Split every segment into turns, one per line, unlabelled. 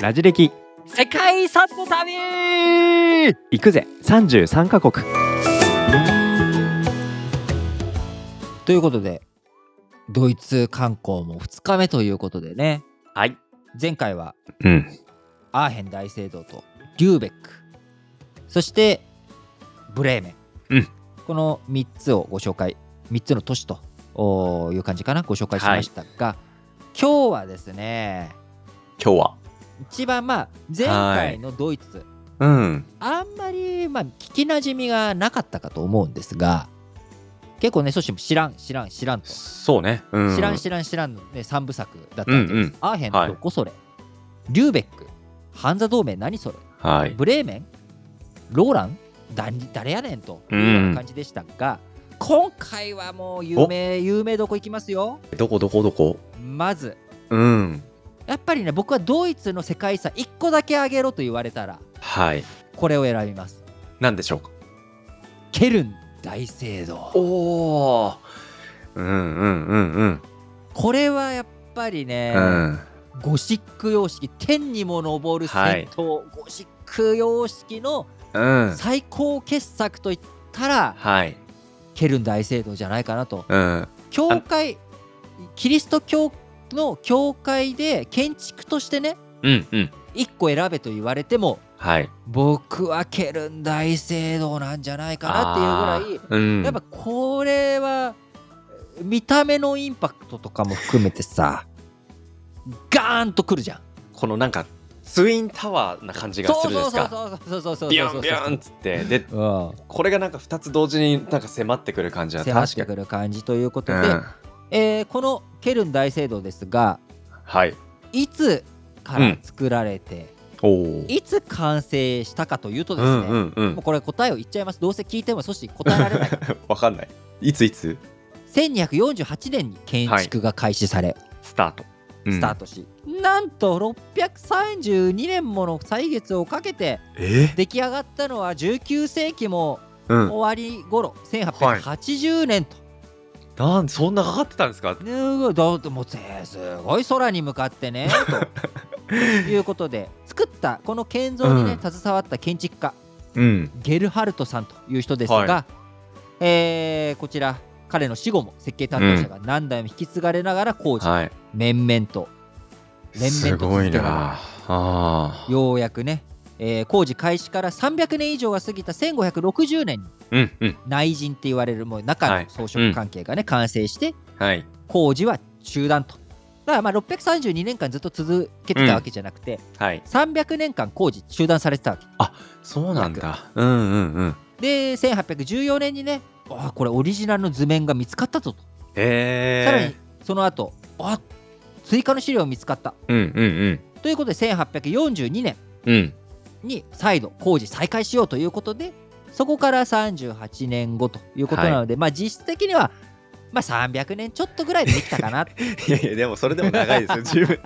ラジ歴
世界遺産の旅イ
行くぜ33カ国
ということでドイツ観光も2日目ということでね
はい
前回は
うん
アーヘン大聖堂とリューベックそしてブレーメン、
うん
この3つをご紹介3つの都市とおーいう感じかなご紹介しましたが、今日はですね
今日は
一番まあ前回のドイツ、
うん
あんまりまあ聞きなじみがなかったかと思うんですが結構ねそしても知らん知らん知らんと
そうね、うん、
知らん知らん知らんの、ね、3部作だったわけです、
うんうん
アーヘン
はい
どこそれ、リューベックハンザ同盟何それ
はい
ブレーメンローランだ誰やねんというような感じでしたが、今回はもう有名有名どこ行きますよ
どこどこどこ
まず
うん
やっぱりね僕はドイツの世界遺産1個だけあげろと言われたら
はい
これを選びます
なんでしょうか
ケルン大聖堂
おおうんうんうんうん
これはやっぱりね、
うん
ゴシック様式天にも昇る
はい
戦闘、ゴシック様式の
うん
最高傑作といったら、
はい
ケルン大聖堂じゃないかなと
うん
教会キリスト教の教会で建築としてね
うんうん
1個選べと言われても
はい
僕はケルン大聖堂なんじゃないかなっていうぐらい
あーうん
やっぱこれは見た目のインパクトとかも含めてさガーンとくるじゃん。
このなんかツインタワーな感じがするじゃないですか
そうそうそうそうそうそうそう
ビュンビュンっつってで
うん
これがなんか2つ同時になんか迫ってくる感じは
迫っ
確か
て
に
くる感じということ
う
で、
ん
えーこのケルン大聖堂ですが
はい
いつから作られて、
おお
いつ完成したかというと
う
ですね、
んうんう
もうんこれ答えを言っちゃいますどうせ聞いてもそして答えられない
わかんないいついつ
1248年に建築が開始され、
スタートうん
スタートし、なんと632年もの歳月をかけて
え
出来上がったのは19世紀も
うん
終わり頃、1880年と、
なんそんなかかってたんですか
ねうだってもうぜすごい空に向かっ てねということで作ったこの建造にね、携わった建築家
うん
ゲルハルトさんという人ですが、
は
えーこちら彼の死後も設計担当者が何代も引き継がれながら工事、
はい
面々と連綿
す
と
ご
続
い
けた
なあー
ようやくね、えー工事開始から300年以上が過ぎた1560年に
うんうん
内陣って言われるもう中
はい
の装飾関係がね、完成して
はい
工事は中断と。だからまあ632年間ずっと続けてたわけじゃなくて、
はい
300年間工事中断されてたわけ
そうなんだうんうんうん
で1814年にねああこれオリジナルの図面が見つかったぞと、
へえ
さらにその後あ追加の資料が見つかった
うんうん
ということで1842年
うんうん
に再度工事再開しようということでそこから38年後ということなので、まあ実質的には、まあ、300年ちょっとぐらいでできたかな
いやいやでもそれでも長いですよ十分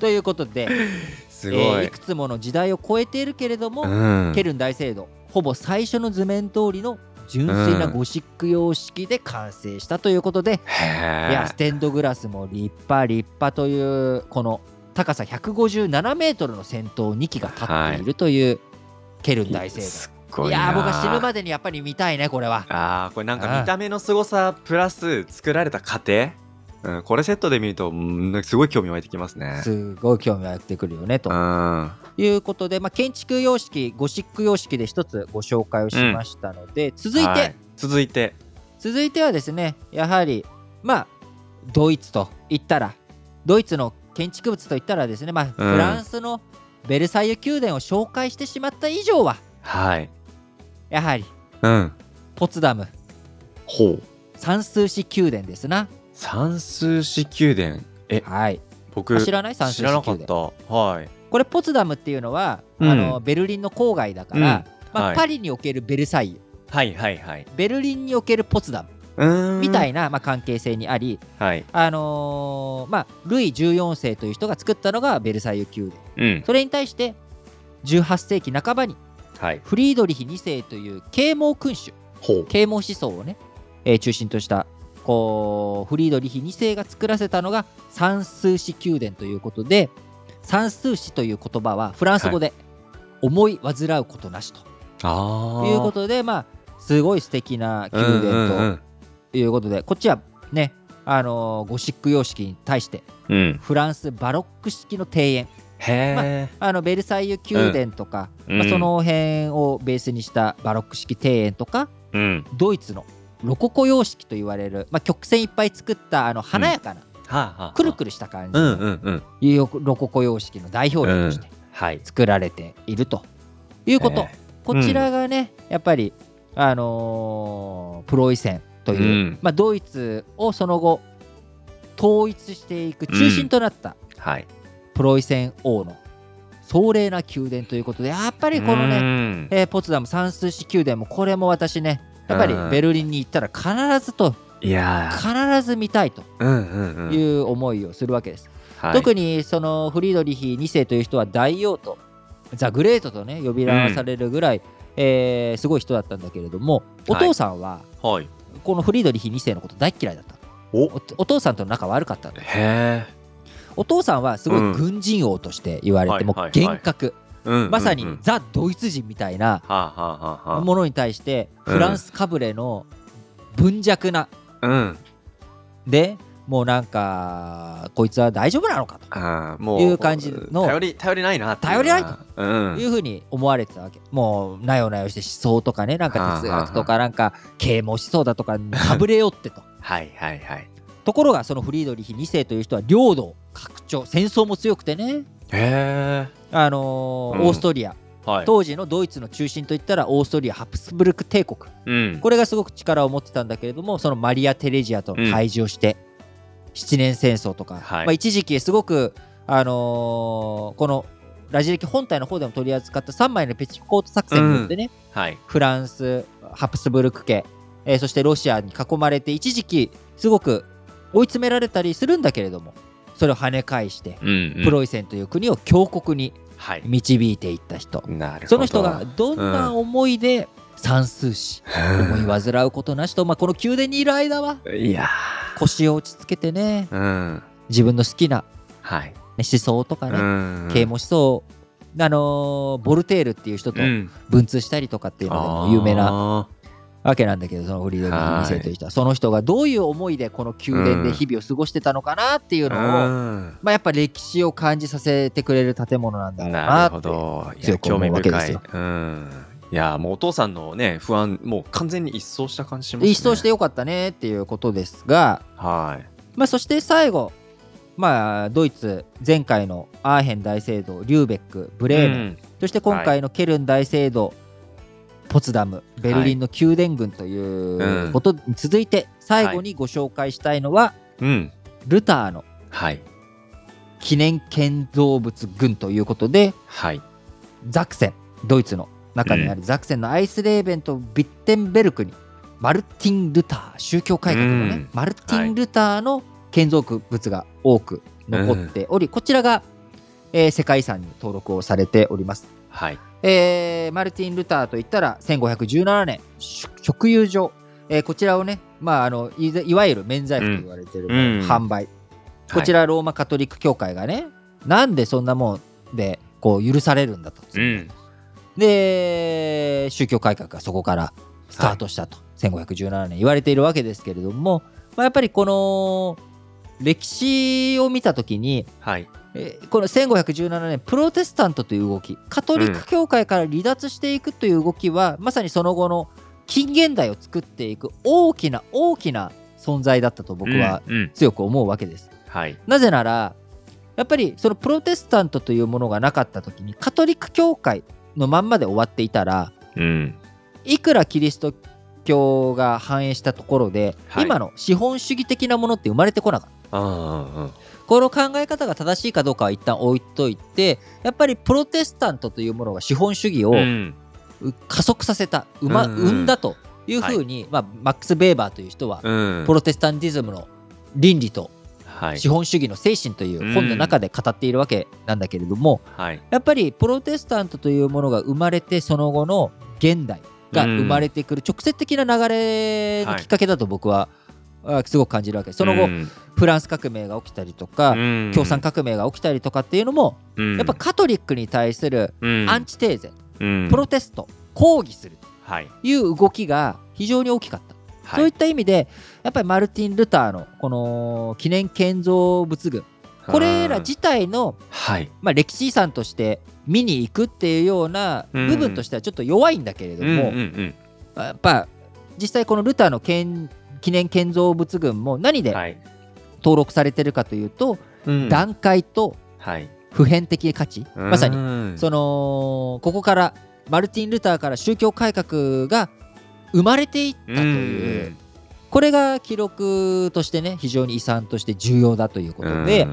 ということで、え
す
ーいくつもの時代を超えているけれども、
うん
ケルン大聖堂ほぼ最初の図面通りの純粋なゴシック様式で完成したということで、
へ
いやステンドグラスも立派立派というこの高さ157メートルの先頭2機が立っているというケルン大聖堂、
すっ
い、
ごいな
やー僕は死ぬまでにやっぱり見たいねこれは
あーこれなんか見た目のすごさプラス作られた過程、うん、これセットで見るとうんなんかすごい興味湧いてきますね
すごい興味がやってくるよね
う
と
ん
いうことで、まあ、建築様式ゴシック様式で一つご紹介をしましたので、続いて、
は続いて
続いてはですねやはりまあドイツと言ったらドイツの建築物といったらですね、まあ、フランスのベルサイユ宮殿を紹介してしまった以上は
はい
やはり
うん
ポツダム
ほう
三数子宮殿ですな
算数式宮殿え
はい
僕
知らない算
知
数子
ら
宮
なかった
殿
はい
これポツダムっていうのは、
うん
あのベルリンの郊外だから、
うん
まあ
はい
パリにおけるベルサイユ
はいはいはい
ベルリンにおけるポツダム
うーん
みた
い
いな、まあ、関係性にあり、
はい
あのーまあ、ルイ14世という人が作ったのがベルサイユ宮殿
うん
それに対して18世紀半ばに
はい
フリードリヒ2世という啓蒙君主
ほう
啓蒙思想をね、えー中心としたこうフリードリヒ2世が作らせたのが三数子宮殿ということで算数詞という言葉はフランス語で思い煩うことなしと
ああ。
いうことで、まあ、すごい素敵な宮
うんうんう
殿
ん
ということで、こっちはね、あのーゴシック様式に対して
うん。
フランスバロック式の庭園
へえ。
あのベルサイユ宮殿とか、
うん
まあ、
うん
その辺をベースにしたバロック式庭園とか
うん。
ドイツのロココ様式と言われる、まあ、曲線いっぱい作ったあの華やかな、
はあはあ。
くる
る。
くるした感じ
う
の
んうんうん。
いうよロココ様式の代表例として
はい。
作られているということ、
ええ
こちらがね、やっぱり、あのープロイセンという、
うん
まあ、ドイツをその後統一していく中心となった
はい。
プロイセン王の壮麗な宮殿ということでやっぱりこのね、
ね。
えーポツダムサンスーシ宮殿もこれも私ねやっぱり
うん
ベルリンに行ったら必ずと
いや
必ず見たいと
ー。うんうんうん。
いう思いをするわけです、
はい
特にそのフリードリヒ2世という人は大王とザ・グレートとね呼び名されるぐらい、えーすごい人だったんだけれどもお父さんは
はい。
このフリードリヒ2世のこと大っ嫌いだった
お
おお父さんとの仲悪かったの
へえ。
お父さんはすご
う
い
ん
軍人王として言われて、
はい
もう
はいはい
厳格、
うんうんうん
まさにザ・ドイツ人みたいな
はあはあはあは
ものに対して
うん
フランスかぶれの文弱な
あ。うん。
でもうなんかこいつは大丈夫なのかと
あーもう
いう感じの
頼り頼りないなっていうのは
頼りない
うん
いうふうに思われてたわけもうなよなよして思想とかねなんか哲学とかなんか啓蒙思想だとかかぶれよってと
はいはいはい
ところがそのフリードリヒ2世という人は領土を拡張戦争も強くてね
へえ
あのー
うん
オーストリア
はい
当時のドイツの中心といったらオーストリアハプスブルク帝国
うん
これがすごく力を持ってたんだけれどもそのマリア・テレジアとの対峙をして、七年戦争とか、
はい
まあ、一時期すごく、あのーこのラジ歴本体の方でも取り扱った3枚のペチコート作戦によってね、
はい
フランスハプスブルク家、えーそしてロシアに囲まれて一時期すごく追い詰められたりするんだけれどもそれを跳ね返して
うんうん
プロイセンという国を強国に
はい
導いていった人、
なるほど
その人がどんな思いで算数史、思い煩うことなしと、まあ、この宮殿にいる間は
はいや
腰を落ち着けてね
ーうん
自分の好きな、ね、
はい
思想とか
う
ね、
ん
啓蒙思想をあのーボルテールっていう人と
うん
文通したりとかっていうのでも有名な
あ
わけなんだけどそのフリードリヒ
はい
2世という人はその人がどういう思いでこの宮殿で日々を過ごしてたのかなっていう
ー
のを、
うん
まあ、やっぱ歴史を感じさせてくれる建物なんだろう
な
な
るほ
って
どいや
強く
興
思
味
うわけで
深
す
い
よ
うんいやーもうお父さんのね不安もう完全に一掃した感じしますね
一掃してよかったねっていうことですが、
はい
まあ、そして最後、まあ、ドイツ前回のアーヘン大聖堂リューベックブレーメン、
うん
そして今回のケルン大聖堂、ポツダムベルリンの宮殿群という
うん
ことに続いて最後にご紹介したいのは、
うん
ルターの
はい
記念建造物群ということで
はい
ザクセンドイツの中にあるザクセンのアイスレーベンとビッテンベルクにマルティン・ルター宗教改革のね、
うん
マルティン・ルターの建造物が多く残っており、こちらが、えー世界遺産に登録をされております、
はい
えーマルティン・ルターといったら1517年し食友所、えーこちらをね、まあ、あのいざいわゆる免罪符と言われてる、
うん
販売こちらローマカトリック教会がねなんでそんなもんでこう許されるんだと、
うん
で宗教改革がそこからスタートしたと、1517年言われているわけですけれども、まあ、やっぱりこの歴史を見た時に
はい
えーこの1517年プロテスタントという動きカトリック教会から離脱していくという動きは、まさにその後の近現代を作っていく大きな大きな存在だったと僕は
うんうん
強く思うわけです。
はい
なぜならやっぱりそのプロテスタントというものがなかった時にカトリック教会のまんまで終わっていたら
うん
いくらキリスト教が繁栄したところで、
はい
今の資本主義的なものって生まれてこなかった
ああ
この考え方が正しいかどうかは一旦置いといてやっぱりプロテスタントというものが資本主義を
うん
加速させた、うま
うんうん
生んだというふうに、まあ、マックス・ベーバーという人は、
うん
プロテスタンティズムの倫理と
はい
資本主義の精神という本の中で語っているわけなんだけれども、
はい
やっぱりプロテスタントというものが生まれてその後の現代が生まれてくる直接的な流れのきっかけだと僕はあすごく感じるわけその後、
うん
フランス革命が起きたりとか、
うん
共産革命が起きたりとかっていうのも、
うん
やっぱカトリックに対する
うん
アンチテーゼ、
うん
プロテスト抗議すると
はい
いう動きが非常に大きかった、
は
そういっ
い
た意味でやっぱりマルティン・ルターのこの記念建造物群これら自体の、
はい
まあ、歴史遺産として見に行くっていうような部分としてはちょっと弱いんだけれど
うんうん
も、
うん
やっぱ実際このルターの建記念建造物群も何で
はい
登録されてるかというと、
うん
段階と
はい
普遍的価値、まさに
に
そのここからマルティン・ルターから宗教改革が生まれていったという、これが記録としてね非常に遺産として重要だということで、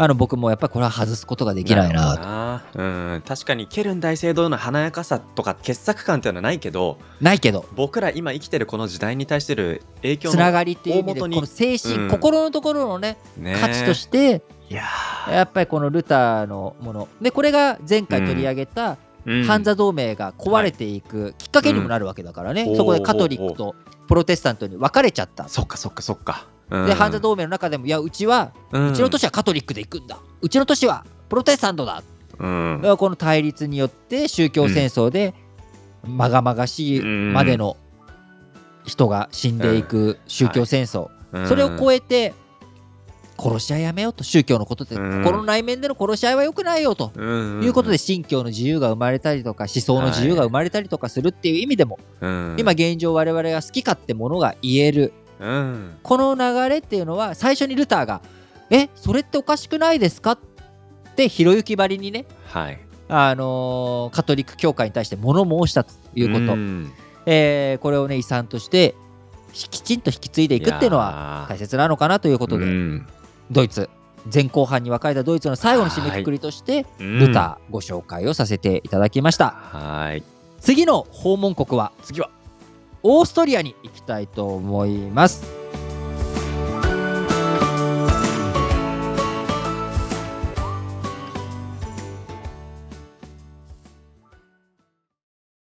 あの僕もやっぱりこれは外すことができないなな
とうん確かにケルン大聖堂の華やかさとか傑作感っていうのはないけど
いけど
僕ら今生きてるこの時代に対してる影響
つな
の
がりっていう意味で
大元
こ
に
の精神、
うん
心のところのね
ね
価値として
いや
やっぱりこのルターのものでこれが前回取り上げた、ハンザ同盟が壊れていくきっかけにもなるわけだからね、
うん
そこでカトリックとプロテスタントに分かれちゃった。
そっかそっかそっか
で、ハンザ同盟の中でも、いや、うちは、
う
うちの都市はカトリックで行くんだ、うちの都市はプロテスタントだ、だからこの対立によって宗教戦争で、まがまがしいまでの人が死んでいく宗教戦争、それを
え
超えて、殺し合いやめようと、宗教のことで、
うん
心の内面での殺し合いは良くないよと。
と
いうことで信教の自由が生まれたりとか思想の自由が生まれたりとかするっていう意味でも、今現状我々が好き勝手ものが言える
うん
この流れっていうのは最初にルターが「えそれっておかしくないですか?」ってひろゆきばりにね、
はい
あのーカトリック教会に対して物申したということ、
ん
えーこれをね遺産としてひきちんと引き継いでいくっていうのは
は
大切なのかなということで、ドイツ前後半に分かれたドイツの最後の締めくくりとしてルターご紹介をさせていただきました。
はい
次の訪問国は
次は
オーストリアに行きたいと思います